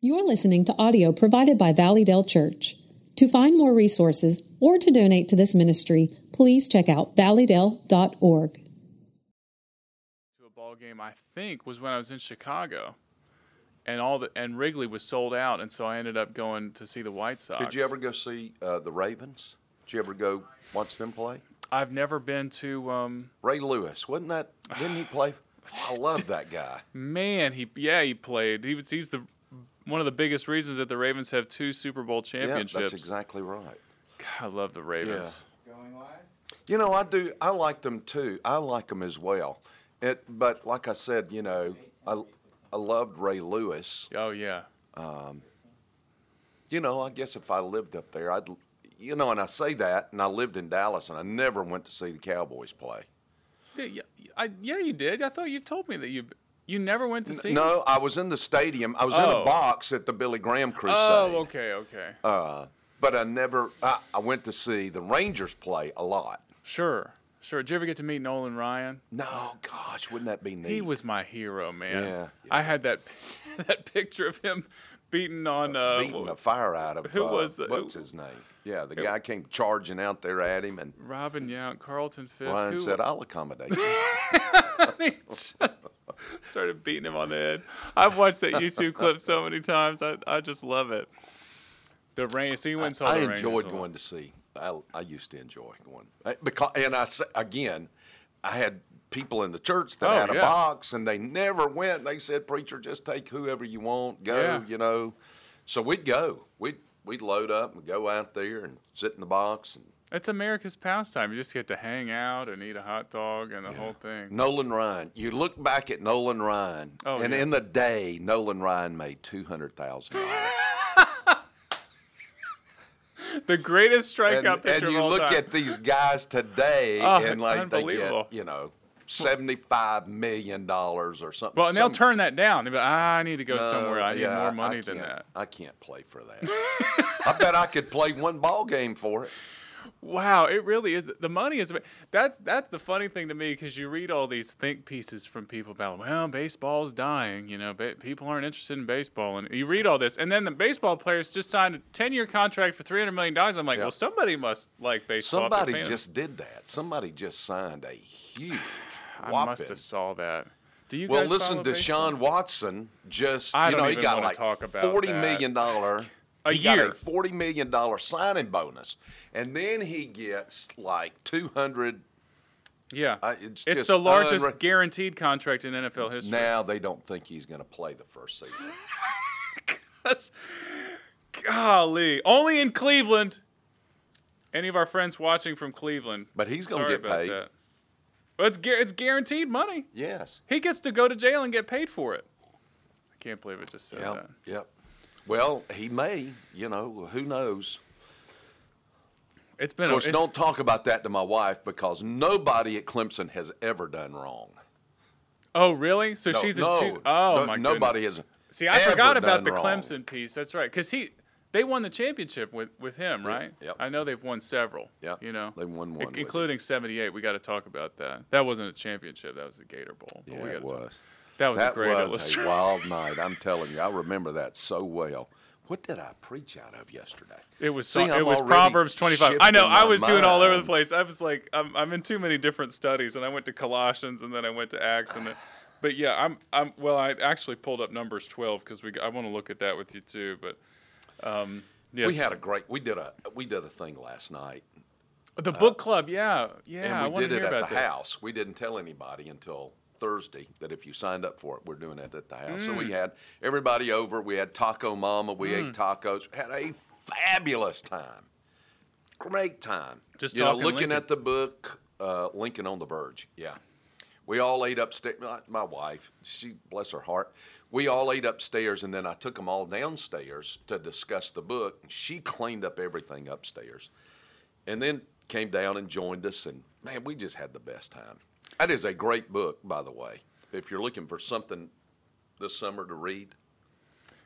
You're listening to audio provided by Valleydale Church. To find more resources or to donate to this ministry, please check out valleydale.org. to a ball game. I think was when I was in Chicago, and all the and Wrigley was sold out, and so I ended up going to see the White Sox. Did you ever go see uh, the Ravens? Did you ever go watch them play? I've never been to. Um, Ray Lewis, wasn't that? Didn't he play? I love that guy. man, he yeah he played. He was he's the one of the biggest reasons that the Ravens have two Super Bowl Yeah, championships. that's exactly right. God, I love the Ravens. You know, I do. I like them too. I like them as well. It, but like I said, you know, I, I loved Ray Lewis. Oh yeah, You know, I guess if I lived up there, I'd, you know, and I say that, and I lived in Dallas, and I never went to see the Cowboys play. yeah, yeah, I, yeah you did. I thought you told me that you you never went to see. No, I was in the stadium. I was in Oh. a box at the Billy Graham Crusade. Oh, okay, okay. Uh, but I never. I, I went to see the Rangers play a lot. sure, sure. Did you ever get to meet Nolan Ryan? No, gosh, wouldn't that be neat? He was my hero, man. Yeah. I had that that picture of him beaten on uh, beating the fire out of who uh, was the- what's his name? Yeah, the guy came charging out there at him, and Robin Yount, Carlton Fisk. Ryan who said, "I'll accommodate." you." started beating him on the head. I've watched that YouTube clip so many times. I, I just love it. The rain. So you went and saw the I Rangers enjoyed a lot. going to see. I, I used to enjoy going I, because, and I s- again, I had people in the church that Oh, had yeah. a box, and they never went. They said, "Preacher, just take whoever you want, go." Yeah. You know, so we'd go. We'd we'd load up and go out there and sit in the box. And It's America's pastime. You just get to hang out and eat a hot dog and the whole thing. Nolan Ryan, you look back at Nolan Ryan, Oh, and yeah. in the day, Nolan Ryan made two hundred thousand dollars. The greatest and, strikeout and pitcher you of all look time. at these guys today, Oh, and it's like they unbelievable. get you know seventy-five million dollars or something. well, and they'll Some- turn that down. They'll be like, "Ah, I need to go somewhere. I need yeah, more money than can't- that. I can't play for that. I bet I could play one ball game for it. Wow, it really is. The money is ama- that. That's the funny thing to me because you read all these think pieces from people about well, baseball's dying. You know, ba- people aren't interested in baseball, and you read all this, and then the baseball players just signed a ten-year contract for three hundred million dollars. I'm like, Yeah. well, somebody must like baseball. if they're Somebody paying them." just did that. Somebody just signed a huge. I whopping- must have saw that. Do you Well, guys listen follow to baseball? Sean Watson. Just I you don't know, even he got wanna like talk about forty that. million dollar A he year. got a forty million dollar signing bonus, and then he gets like two hundred. Yeah, I- it's it's just the largest unre- guaranteed contract in NFL history. Now they don't think he's going to play the first season. That's- golly, only in Cleveland. Any of our friends watching from Cleveland, But he's gonna sorry get about paid. That. Well, it's gu- it's guaranteed money. Yes. He gets to go to jail and get paid for it. I can't believe it just said Yep. that. Yep. Well, he may. You know, who knows? It's been Of course, a, it- don't talk about that to my wife because nobody at Clemson has ever done wrong. Oh, really? So No, she's a no, she's, oh no- my nobody goodness. has. See, I ever forgot about done the wrong. Clemson piece. That's right, because he they won the championship with, with him, right? yep. I know they've won several. Yep, You know, they won in- one with him. including '78. We got to talk about that. That wasn't a championship. That was the Gator Bowl. but Yeah, Oh, we it gotta talk- was. That was That a great was a illustration. wild night. I'm telling you, I remember that so well. What did I preach out of yesterday? It was See, so, it I'm was already Proverbs 25. I know shifting I my was doing all over the mind. place. I was like I'm, I'm in too many different studies and I went to Colossians and then I went to Acts and then, but yeah, I'm I'm well I actually pulled up numbers 12 cuz we I want to look at that with you too, but um yes. We had a great. We did a we did a thing last night, the book club. Yeah. Yeah, I Uh, and we want did to it hear at about the this. house. We didn't tell anybody until Thursday that if you signed up for it, we're doing it at the house. So Mm. we had everybody over. We had Taco Mama. We ate tacos. Had a fabulous time. Great time. Just you know, talking looking Lincoln. at the book, uh, Lincoln on the Verge. Yeah. We all ate upstairs. my- My wife, she bless her heart. We all ate upstairs, and then I took them all downstairs to discuss the book. And she cleaned up everything upstairs, and then came down and joined us. And man, we just had the best time. That is a great book, by the way. If you're looking for something this summer to read,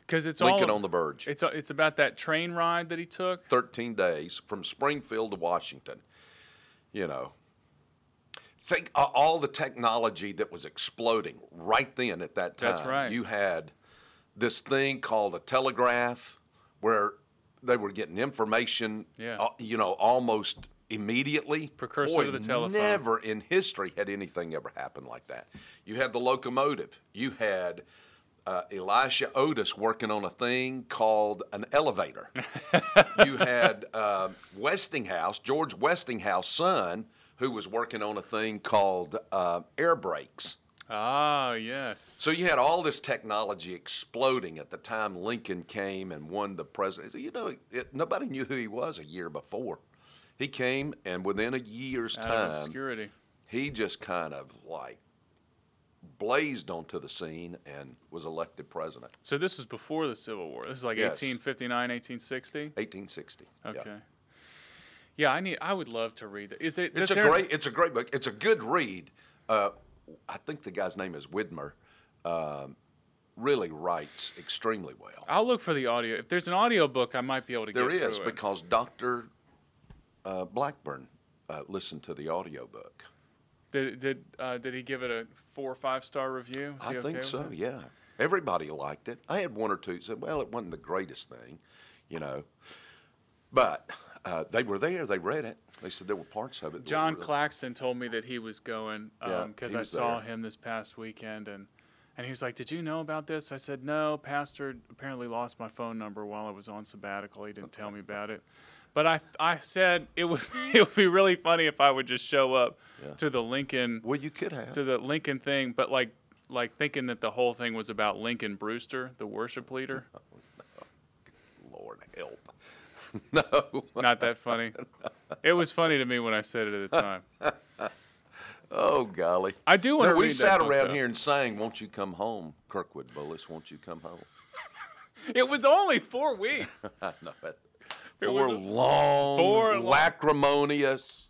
Cuz it's Lincoln all on the Verge. It's it's about that train ride that he took. 13 days from Springfield to Washington. You know, think uh, a- all the technology that was exploding right then at that time. That's right. You had this thing called a telegraph where they were getting information, Yeah. uh, you know, almost immediately. Precursor Boy, to the telephone. Never in history had anything ever happened like that. You had the locomotive. You had uh, Elisha Otis working on a thing called an elevator. you had uh, Westinghouse, George Westinghouse's son, who was working on a thing called uh, air brakes. Ah, yes. So you had all this technology exploding at the time Lincoln came and won the presidency. You know, it, nobody knew who he was a year before. He came, and within a year's Out of time, obscurity. he just kind of like blazed onto the scene and was elected president. So this was before the Civil War. This is like Yes. 1859, 1860. 1860. yeah. Okay. Yeah. I need. I would love to read that. Is it? It's does a there- great. It's a great book. It's a good read. Uh, I think the guy's name is Widmer. Um, really writes extremely well. I'll look for the audio. If there's an audio book, I might be able to There get is through it. because Doctor uh, Blackburn uh, listened to the audiobook. Did did uh, did he give it a four or five star review? Is I he okay think with so. that? Yeah, everybody liked it. I had one or two said, "Well, it wasn't the greatest thing," you know, but uh, they were there. They read it. They said there were parts of it. that were John really- Claxton told me that he was going Yeah, because he I was saw there. him this past weekend, and and he was like, "Did you know about this?" I said, "No, Pastor apparently lost my phone number while I was on sabbatical. He didn't tell me about it." But I, I said it would it would be really funny if I would just show up Yeah. to the Lincoln Well, you could have. to the Lincoln thing, but like like thinking that the whole thing was about Lincoln Brewster, the worship leader. Lord help. no. Not that funny. It was funny to me when I said it at the time. Oh golly. I do wanna No, We read that sat book, around though. here and sang, "Won't you come home, Kirkwood Bullis? Won't you come home?" It was only four weeks. I know it. It Four was a- long, Four long- lacrimonious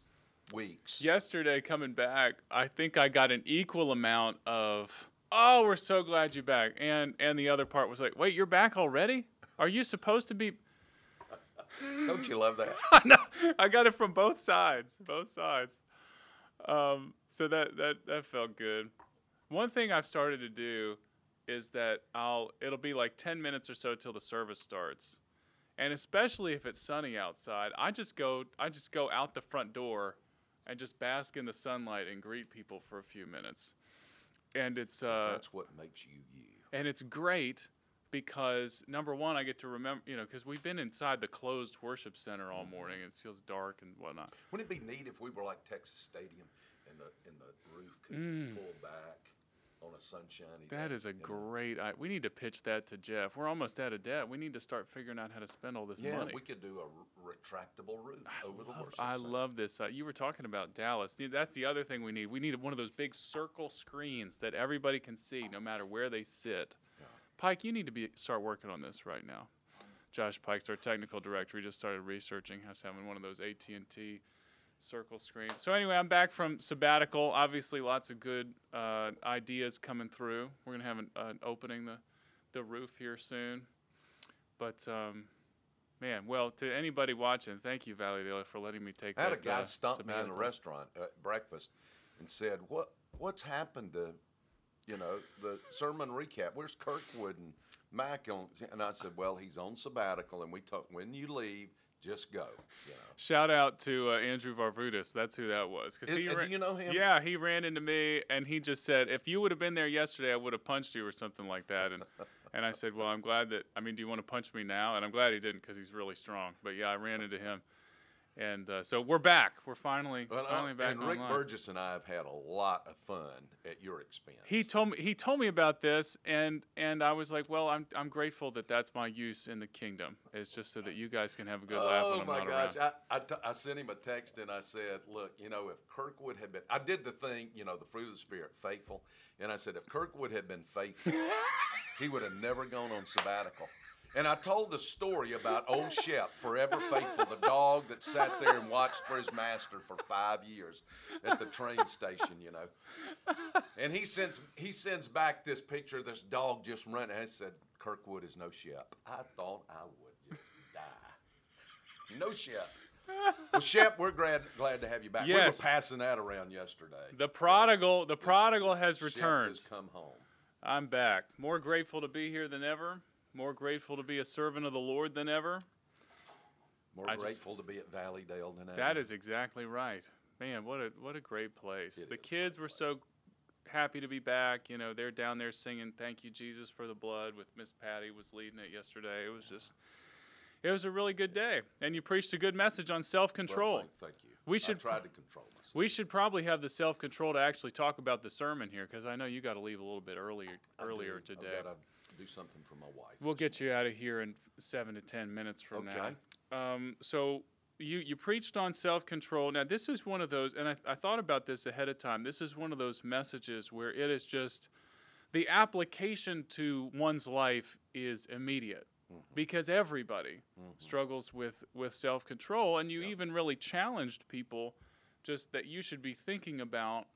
weeks. Yesterday, coming back, I think I got an equal amount of "Oh, we're so glad you're back," and and the other part was like, "Wait, you're back already? Are you supposed to be?" Don't you love that? no, I got it from both sides, both sides. Um, so that that that felt good. One thing I've started to do is that I'll it'll be like ten minutes or so till the service starts, and especially if it's sunny outside, I just go I just go out the front door and just bask in the sunlight and greet people for a few minutes, and it's uh, That's what makes you you. and it's great because number one, I get to remember, you know, because we've been inside the closed worship center Mm-hmm. all morning. It feels dark and whatnot. Wouldn't it be neat if we were like Texas Stadium and the and the roof could pull back on a sunshiny Mm. That day? is a and- great. I, we need to pitch that to Jeff. We're almost out of debt. We need to start figuring out how to spend all this Yeah, money. we could do a re- retractable roof over the Love- worship. I center. love this. Uh, you were talking about Dallas. Th- That's the other thing we need. We need one of those big circle screens that everybody can see, no matter where they sit. Pike, you need to be start working on this right now. Josh Pike's our technical director. He just started researching us having one of those AT and T circle screens. So anyway, I'm back from sabbatical. Obviously, lots of good uh, ideas coming through. We're gonna have an, an opening the the roof here soon, but. Um, Man, well, to anybody watching, thank you, Valley Valleyville, for letting me take I had a that. guy uh, stop me in a sabbatical. restaurant at breakfast and said, "What what's happened to, you know, the sermon recap? Where's Kirkwood and Mac on?" And I said, "Well, he's on sabbatical, and we talk when you leave, just go." You know, Shout out to uh, Andrew Varvutis. That's who that was. 'cause Is- he uh, do ran- you know him? Yeah, he ran into me and he just said, "If you would have been there yesterday, I would have punched you or something like that." And and I said, "Well, I'm glad that. I mean, do you want to punch me now?" And I'm glad he didn't because he's really strong. But yeah, I ran into him, and uh, so we're back. We're finally well, I- finally back and Rick online. Burgess and I have had a lot of fun at your expense. he told me he told me about this and and I was like, well, I'm I'm grateful that that's my use in the kingdom. It's just so that you guys can have a good laugh when Oh I'm my not gosh! around. I, I, t- I sent him a text and I said, "Look, you know, if Kirkwood had been, I did the thing, you know, the fruit of the spirit, faithful." And I said, if Kirkwood had been faithful, he would have never gone on sabbatical. And I told the story about old Shep, forever faithful, the dog that sat there and watched for his master for five years at the train station, you know. And he sends he sends back this picture of this dog just running. I said, Kirkwood is no Shep. I thought I would just die. No Shep. Well, Shep, we're glad glad to have you back. Yes. We were passing that around yesterday. The prodigal, the prodigal has Shep returned. has come home. I'm back. More grateful to be here than ever. More grateful to be a servant of the Lord than ever. More I just- grateful to be at Valleydale than ever. That is exactly right. Man, what a what a great place. It the is a kids were so happy to be back. You know, they're down there singing "Thank You Jesus for the Blood" with Miss Patty was leading it yesterday. It was just, it was a really good day, and you preached a good message on self Well, control. thank, thank you. We I should- tried to control myself. we should probably have the self control to actually talk about the sermon here, because I know you got to leave a little bit earlier I earlier do. today. I've got to do something for my wife. We'll get you out of here in f- seven to ten minutes from Okay. now. Um, so you you preached on self control. Now this is one of those, and I, I thought about this ahead of time. This is one of those messages where it is just the application to one's life is immediate because everybody struggles with with self control, and you even really challenged people just that you should be thinking about.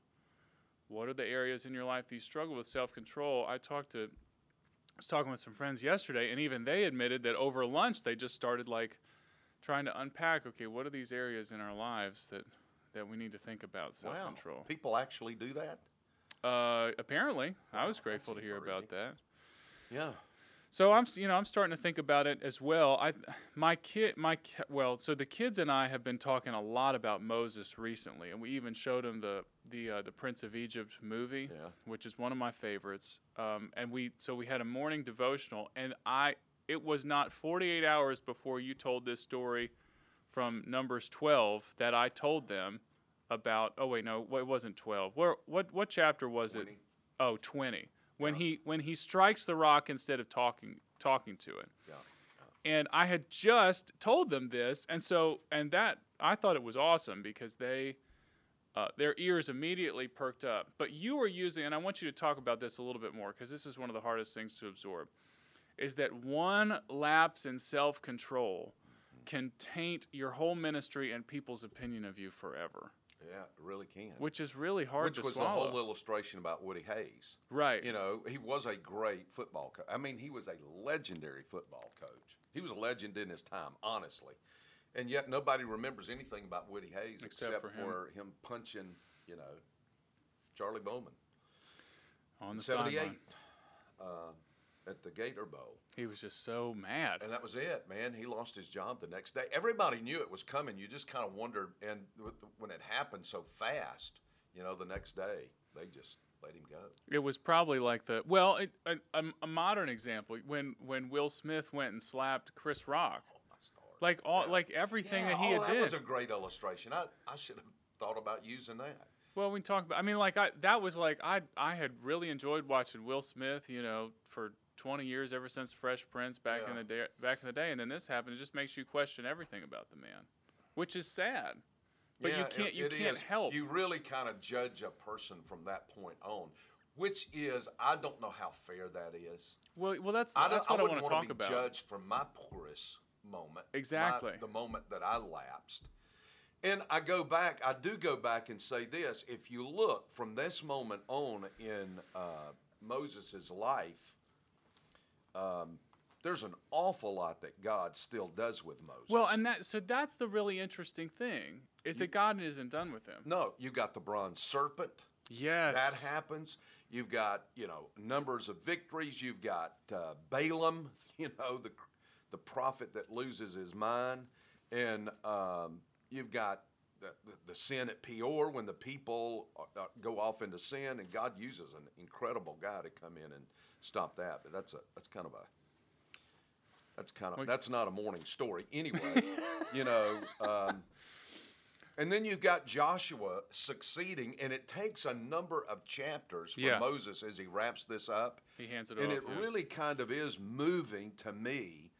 What are the areas in your life that you struggle with self control? I talked to was talking with some friends yesterday, and even they admitted that over lunch they just started like trying to unpack. Okay, what are these areas in our lives that that we need to think about self wow. control? People actually do that. Uh, apparently, I was grateful to hear about encouraging. that. Yeah. So I'm, s- you know, I'm starting to think about it as well. I, my kid, my ki- well, so the kids and I have been talking a lot about Moses recently, and we even showed him the the uh, the Prince of Egypt movie, Yeah. which is one of my favorites. Um, and we, so we had a morning devotional, and I, it was not 48 hours before you told this story from Numbers 12 that I told them about. Oh wait, no, it wasn't 12. Where, what, what chapter was it? 20. Oh, 20. When he when he strikes the rock instead of talking talking to it. Yeah. And I had just told them this, and so and that I thought it was awesome because they uh, their ears immediately perked up. But you were using, and I want you to talk about this a little bit more because this is one of the hardest things to absorb, is that one lapse in self control Mm-hmm. can taint your whole ministry and people's opinion of you forever, Yeah. it Really can. which is really hard Which to was swallow. the whole illustration about Woody Hayes. Right. You know, he was a great football coach. I mean, he was a legendary football coach. He was a legend in his time, honestly. And yet nobody remembers anything about Woody Hayes Except except, for him. for him punching, you know, Charlie Bowman. on the 78 sideline. uh, at the Gator Bowl. He was just so mad. And that was it, man. He lost his job the next day. Everybody knew it was coming. You just kind of wondered. And with- when it happened so fast, you know, the next day, they just let him go. It was probably like the well, it, a, a, a modern example when when Will Smith went and slapped Chris Rock, My stars. like all like everything that he oh, had that did. was a great illustration. I, I should have thought about using that. Well, we talked about. I mean, like I that was like I I had really enjoyed watching Will Smith, you know, for 20 years ever since Fresh Prince back in Yeah. the day back in the day, and then this happened. It just makes you question everything about the man, which is sad. But you Yeah, can't it- you it can't is. help. You really kind of judge a person from that point on, which is I don't know how fair that is. well, well, that's I don't, that's what I, wouldn't want to wanna talk be about. Judged from my poorest moment, my- Exactly. the moment that I lapsed. And I go back. I do go back and say this: if you look from this moment on in uh, Moses' life, um, there's an awful lot that God still does with Moses. Well, and that so that's the really interesting thing is that God isn't done with him. no, you got the bronze serpent. Yes, That happens. You've got you know numbers of victories. You've got uh, Balaam, you know the the prophet that loses his mind, and um, you've got the, the, the sin at Peor when the people uh, uh, go off into sin, and God uses an incredible guy to come in and stop that. But that's a that's kind of a that's kind of that's not a morning story anyway, you know. Um, and then you've got Joshua succeeding, and it takes a number of chapters for Yeah. Moses as he wraps this up. He hands it and off, it yeah. really kind of is moving to me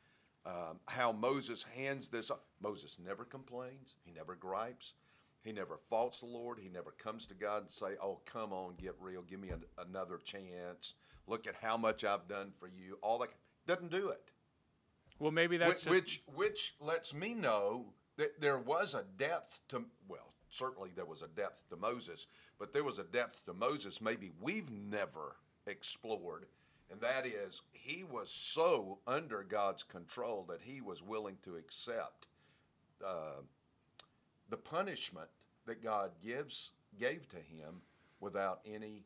um, how Moses hands this up. Moses never complains, he never gripes, he never faults the Lord, he never comes to God and say, "Oh, come on, get real, give me an, another chance. Look at how much I've done for you." All that doesn't do it. Well, maybe that's Whi- just which, which lets me know that there was a depth to well certainly there was a depth to Moses but there was a depth to Moses maybe we've never explored and that is he was so under God's control that he was willing to accept uh, the punishment that God gives gave to him without any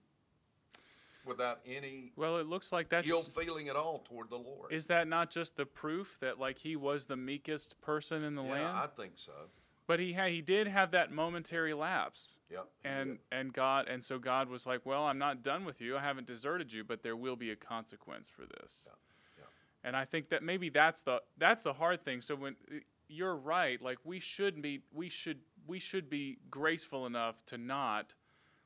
without any Well, it looks like that's ill feeling at all toward the Lord. is that not just the proof that like he was the meekest person in the yeah, land? I think so. but he ha- he did have that momentary lapse. Yep. he And did. and God and so God was like, "Well, I'm not done with you. I haven't deserted you, but there will be a consequence for this." yeah. And I think that maybe that's the that's the hard thing. So when you're right, like we should be we should we should be graceful enough to not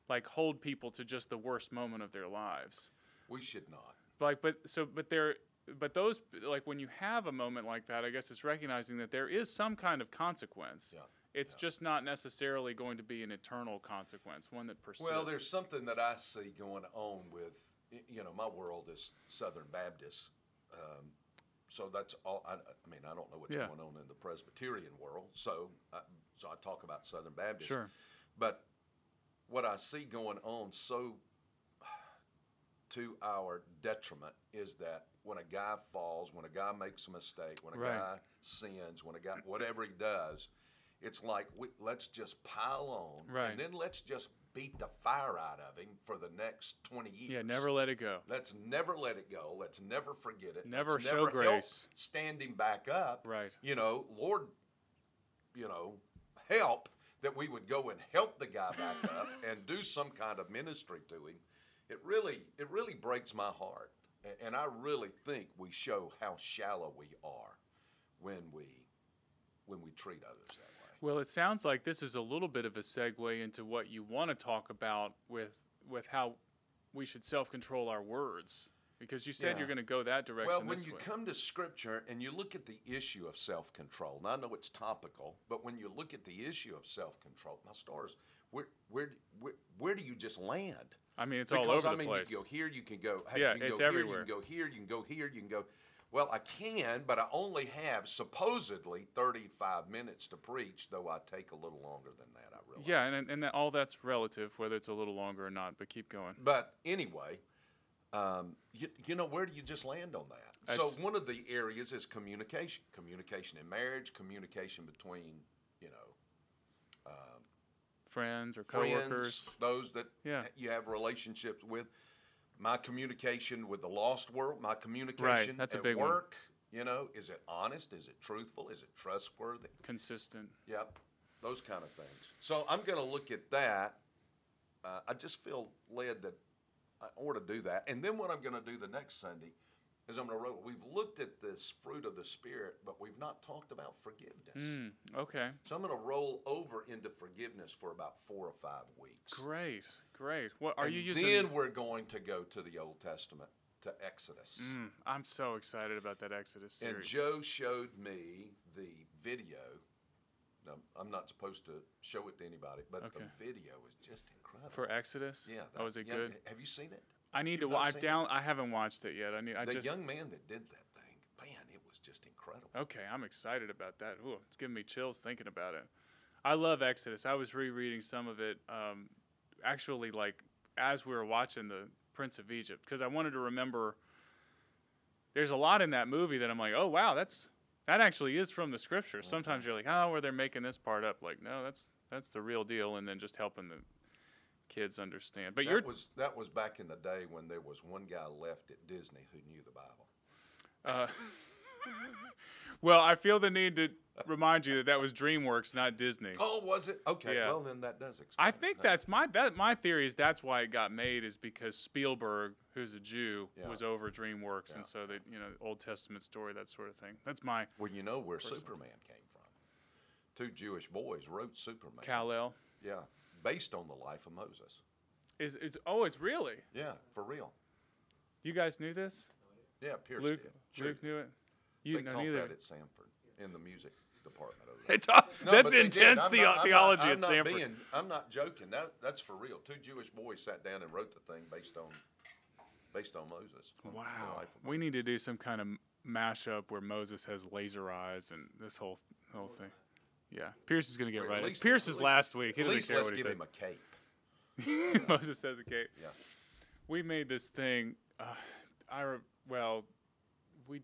like hold people to just the worst moment of their lives we should not. like but so but there but those like when you have a moment like that i guess it's recognizing that there is some kind of consequence Yeah, it's just not necessarily going to be an eternal consequence one that persists Well, there's something that I see going on with, y- you know, my world is Southern Baptist. Um, so that's all. I, I mean, I don't know what's Yeah. going on in the Presbyterian world. So, I, so I talk about Southern Baptist. Sure. But what I see going on so to our detriment is that when a guy falls, when a guy makes a mistake, when a Right. guy sins, when a guy whatever he does, it's like we, let's just pile on, Right. and then let's just beat the fire out of him for the next twenty years. yeah never let it go Let's never let it go. Let's never forget it. Never Let's show never grace. Help stand him back up. Right. You know, Lord, you know, help that we would go and help the guy back up and do some kind of ministry to him. It really, it really breaks my heart, A- and I really think we show how shallow we are when we when we treat others that way. well it sounds like this is a little bit of a segue into what you want to talk about with with how we should self-control our words because you said Yeah. you're going to go that direction Well, when this you way. come to Scripture and you look at the issue of self control, now I know it's topical, but when you look at the issue of self control, my stars, where, where, where, where do you just land? i mean it's because, all over I the mean, place You can go here, you can go. hey, Yeah, you can it's go everywhere. Here, you can go here, you can go here, you can go. Well, I can, but I only have supposedly 35 minutes to preach, though I take a little longer than that, I realize. yeah and, and that, all that's relative whether it's a little longer or not but keep going But anyway, um, you, you know, where do you just land on that? That's- so one of the areas is communication, communication in marriage, communication between you know friends or coworkers. friends, those that Yeah. you have relationships with. My communication with the lost world, my communication that's a at big one. work. You know, is it honest? Is it truthful? Is it trustworthy? Consistent. Yep, those kind of things. So I'm going to look at that. Uh, I just feel led that I ought to do that. And then what I'm going to do the next Sunday is I'm going to wrote. We've looked at this fruit of the spirit, but we've not talked about forgiveness. Mm, okay. So I'm going to roll over into forgiveness for about four or five weeks. Great. Great. What are you And using? Then we're going to go to the Old Testament to Exodus. Mm, I'm so excited about that Exodus series. And Joe showed me the video. Now, I'm not supposed to show it to anybody, but Okay. the video is just incredible. for Exodus? yeah, oh, is it young- good? Have you seen it? I need to. not wa- I seen down. I haven't watched it yet. I need. I the just. young man that did that thing, man, it was just incredible. Okay, I'm excited about that. Ooh, it's giving me chills thinking about it. I love Exodus. I was rereading some of it, um, actually, like as we were watching the Prince of Egypt, because I wanted to remember. There's a lot in that movie that I'm like, oh wow, that's that actually is from the scripture. Mm-hmm. Sometimes you're like, oh, where they're making this part up. Like, no, that's that's the real deal, and then just helping the kids understand. But you're That was that was back in the day when there was one guy left at Disney who knew the Bible. well, I feel the need to remind you that that was DreamWorks, not Disney. Oh, was it? Okay, Yeah. well then that does explain. I it. think that's my that my theory is that's why it got made is because Spielberg, who's a Jew, Yeah. was over DreamWorks, and so they you know Old Testament story that sort of thing. That's my Well, you know where Superman came from. Two Jewish boys wrote Superman. Kal El. yeah, based on the life of Moses. Is it's oh it's really Yeah, for real. you guys knew this? Yeah, Pierce Luke did. Luke knew it. You they didn't know taught neither. that at Sanford in the music department over They there. taught- No, that's but they did. intense I'm theo- not- I'm not- theology I'm at not Sanford. being- I'm not joking. That, that's for real. Two Jewish boys sat down and wrote the thing based on based on Moses. on the wow, life of we need to do some kind of mashup where Moses has laser eyes and this whole whole thing. Yeah, Pierce is gonna get Moses. right. uh, At It's least- Pierce at is least- last week. He At doesn't least care let's what he give said. him a cape. Moses says okay. Yeah. we made this thing. Uh, I re- well, we.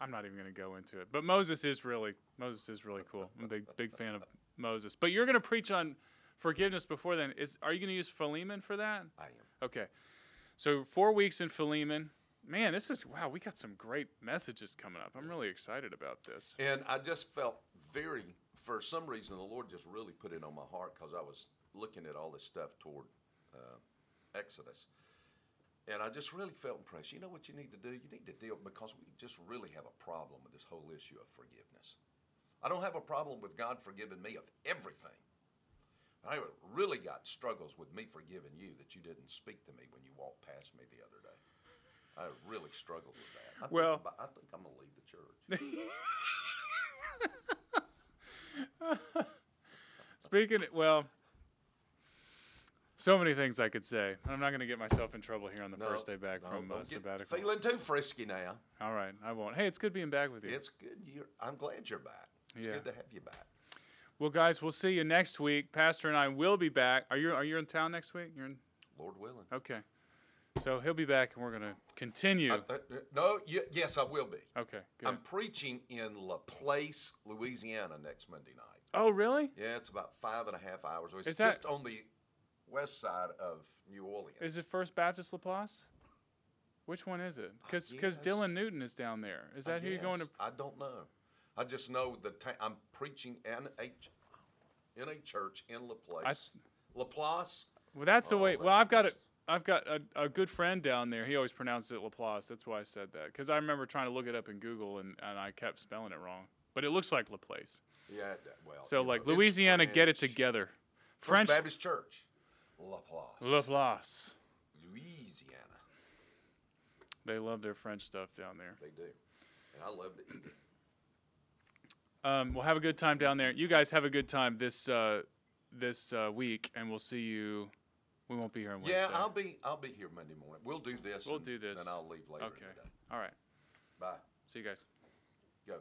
I'm not even going to go into it. But Moses is really Moses is really cool. I'm a big big fan of Moses. But you're going to preach on forgiveness before then. Is are you going to use Philemon for that? I am. Okay. So four weeks in Philemon. Man, this is wow. We got some great messages coming up. I'm really excited about this. And I just felt very, for some reason, the Lord just really put it on my heart because I was looking at all this stuff toward uh, Exodus. And I just really felt impressed. You know what you need to do? You need to deal, because we just really have a problem with this whole issue of forgiveness. I don't have a problem with God forgiving me of everything. I really got struggles with me forgiving you that you didn't speak to me when you walked past me the other day. I really struggled with that. I think Well- about- I think I'm going to leave the church. Speaking, well, so many things I could say. I'm not going to get myself in trouble here on the No, first day back no, from don't uh, get sabbatical. Feeling too frisky now. All right, I won't. Hey, it's good being back with you. It's good. You're, I'm glad you're back. It's Yeah. good to have you back. well, guys, we'll see you next week. Pastor and I will be back. Are you are you in town next week? You're in. Lord willing. Okay. So he'll be back, and we're going to continue. I- uh, uh, no, y- yes, I will be. okay. Good. I'm preaching in La Place, Louisiana next Monday night. oh, really? Yeah, it's about five and a half hours. away. It's Is that- just on the west side of New Orleans. Is it First Baptist Laplace? Which one is it? Because guess. Dylan Newton is down there. Is I that who you're going to? guess. I don't know. I just know the ta- I'm preaching in a ch- in a church in Laplace. Laplace. Well, that's the Oh, way. Well, that's I've got a, nice. I've got a, a good friend down there. He always pronounces it Laplace. That's why I said that because I remember trying to look it up in Google and, and I kept spelling it wrong. But it looks like Laplace. Yeah. d- Well. So you know, like it's Louisiana, get it French. together. First French Baptist Church, Laplace, Laplace. Louisiana. They love their French stuff down there. They do, and I love to eat it. Um, we'll have a good time down there. You guys have a good time this uh, this uh, week, and we'll see you. We won't be here on Wednesday. Yeah, I'll be I'll be here Monday morning. We'll do this. We'll and do this. Then I'll leave later. Okay. in the day. All right. Bye. See you guys. Go.